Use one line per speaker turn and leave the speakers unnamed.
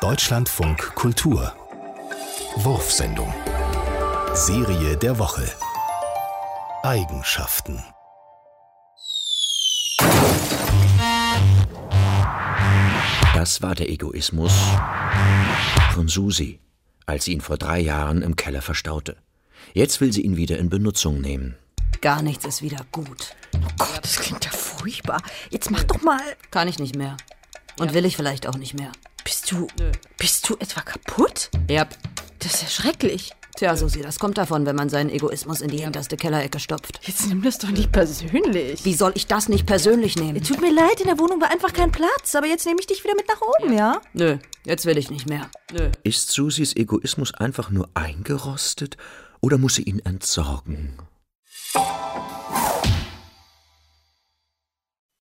Deutschlandfunk Kultur. Wurfsendung. Serie der Woche. Eigenschaften.
Das war der Egoismus von Susi, als sie ihn vor drei Jahren im Keller verstaute. Jetzt will sie ihn wieder in Benutzung nehmen.
Gar nichts ist wieder gut.
Oh Gott, das klingt ja furchtbar. Jetzt mach doch mal.
Kann ich nicht mehr. Und will ich vielleicht auch nicht mehr.
Bist du. Bist du etwa kaputt?
Ja.
Das ist ja schrecklich.
Tja, Susi, das kommt davon, wenn man seinen Egoismus in die hinterste Kellerecke stopft.
Jetzt nimm das doch nicht persönlich.
Wie soll ich das nicht persönlich nehmen?
Tut mir leid, in der Wohnung war einfach kein Platz, aber jetzt nehme ich dich wieder mit nach oben, ja?
Nö, jetzt will ich nicht mehr. Nö.
Ist Susis Egoismus einfach nur eingerostet oder muss sie ihn entsorgen?